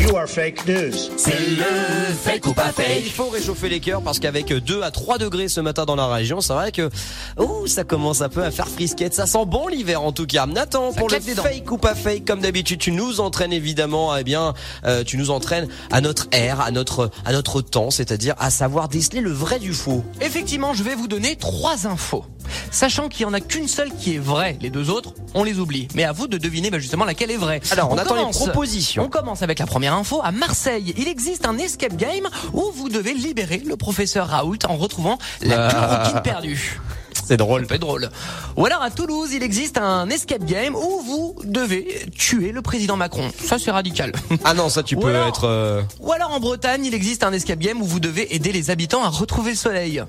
You are fake news. C'est le fake ou pas Il fake faut réchauffer les cœurs parce qu'avec 2 à 3 degrés ce matin dans la région, c'est vrai que ouh, ça commence un peu à faire frisquette. Ça sent bon l'hiver en tout cas. Nathan, Ça pour le claque des dents. fake ou pas fake, comme d'habitude, tu nous entraînes évidemment, eh bien, euh, tu nous entraînes à notre air, à notre, à notre temps, c'est-à-dire à savoir déceler le vrai du faux. Effectivement, je vais vous donner trois infos. Sachant qu'il n'y en a qu'une seule qui est vraie, les deux autres, on les oublie. Mais à vous de deviner bah, justement laquelle est vraie. Alors, on, attend commence- les propositions. On commence avec la première info. À Marseille, il existe un escape game où vous devez libérer le professeur Raoult en retrouvant Ah. la chloroquine perdue. C'est drôle. Ça peut être drôle. Ou alors à Toulouse, il existe un escape game où vous devez tuer le président Macron. Ça, c'est radical. Ah non, ça tu Ou peux alors- être. euh, Ou alors en Bretagne, il existe un escape game où vous devez aider les habitants à retrouver le soleil.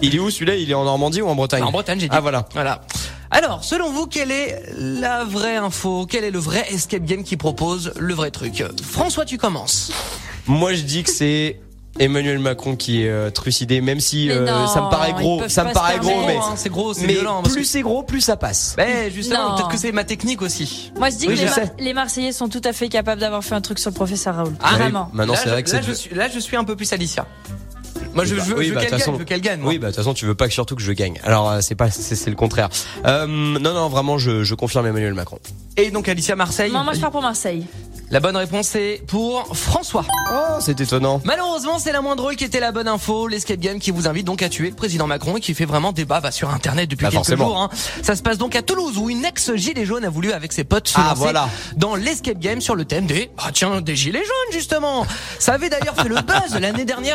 Il est où celui-là Il est en Normandie ou en Bretagne En Bretagne, j'ai dit. Ah voilà. Voilà. Alors, selon vous, quelle est la vraie info Quel est le vrai escape game qui propose le vrai truc François, tu commences. Moi je dis que c'est Emmanuel Macron qui est euh, trucidé, même si Mais euh, non, ça me paraît ils gros, peuvent ça pas me se paraît gros, permettre. mais, hein, c'est gros, c'est mais violent. parce plus c'est gros, plus ça passe. que- Ben, justement, Non. peut-être que c'est ma technique aussi. Moi, je dis Oui, que je les, Mar- sais. les Marseillais sont tout à fait capables d'avoir fait un truc sur le professeur Raoul. Ah, Vraiment. Maintenant là, c'est je, vrai que là, c'est. je suis, là, je suis un peu plus Alicia. Moi, je, Oui, je veux, je bah, veux oui, bah, qu'elle de toute gagne, façon- je veux qu'elle gagne. moi. Oui, bah de toute façon tu veux pas que surtout que je gagne. Alors euh, c'est pas, c'est c'est le contraire. Euh, non, non, vraiment, je, je confirme Emmanuel Macron. Et donc, Alicia Marseille. Non, moi, je pars pour Marseille. La bonne réponse est pour François. Oh, c'est étonnant. Malheureusement, c'est la moins drôle qui était la bonne info. L'escape game qui vous invite donc à tuer le président Macron et qui fait vraiment débat bah, sur Internet depuis Bah, quelques forcément. jours. hein. Ça se passe donc à Toulouse où une ex-gilet jaune a voulu avec ses potes se Ah, lancer voilà. dans l'escape game sur le thème des ah tiens des gilets jaunes justement. Ça avait d'ailleurs fait le buzz l'année dernière.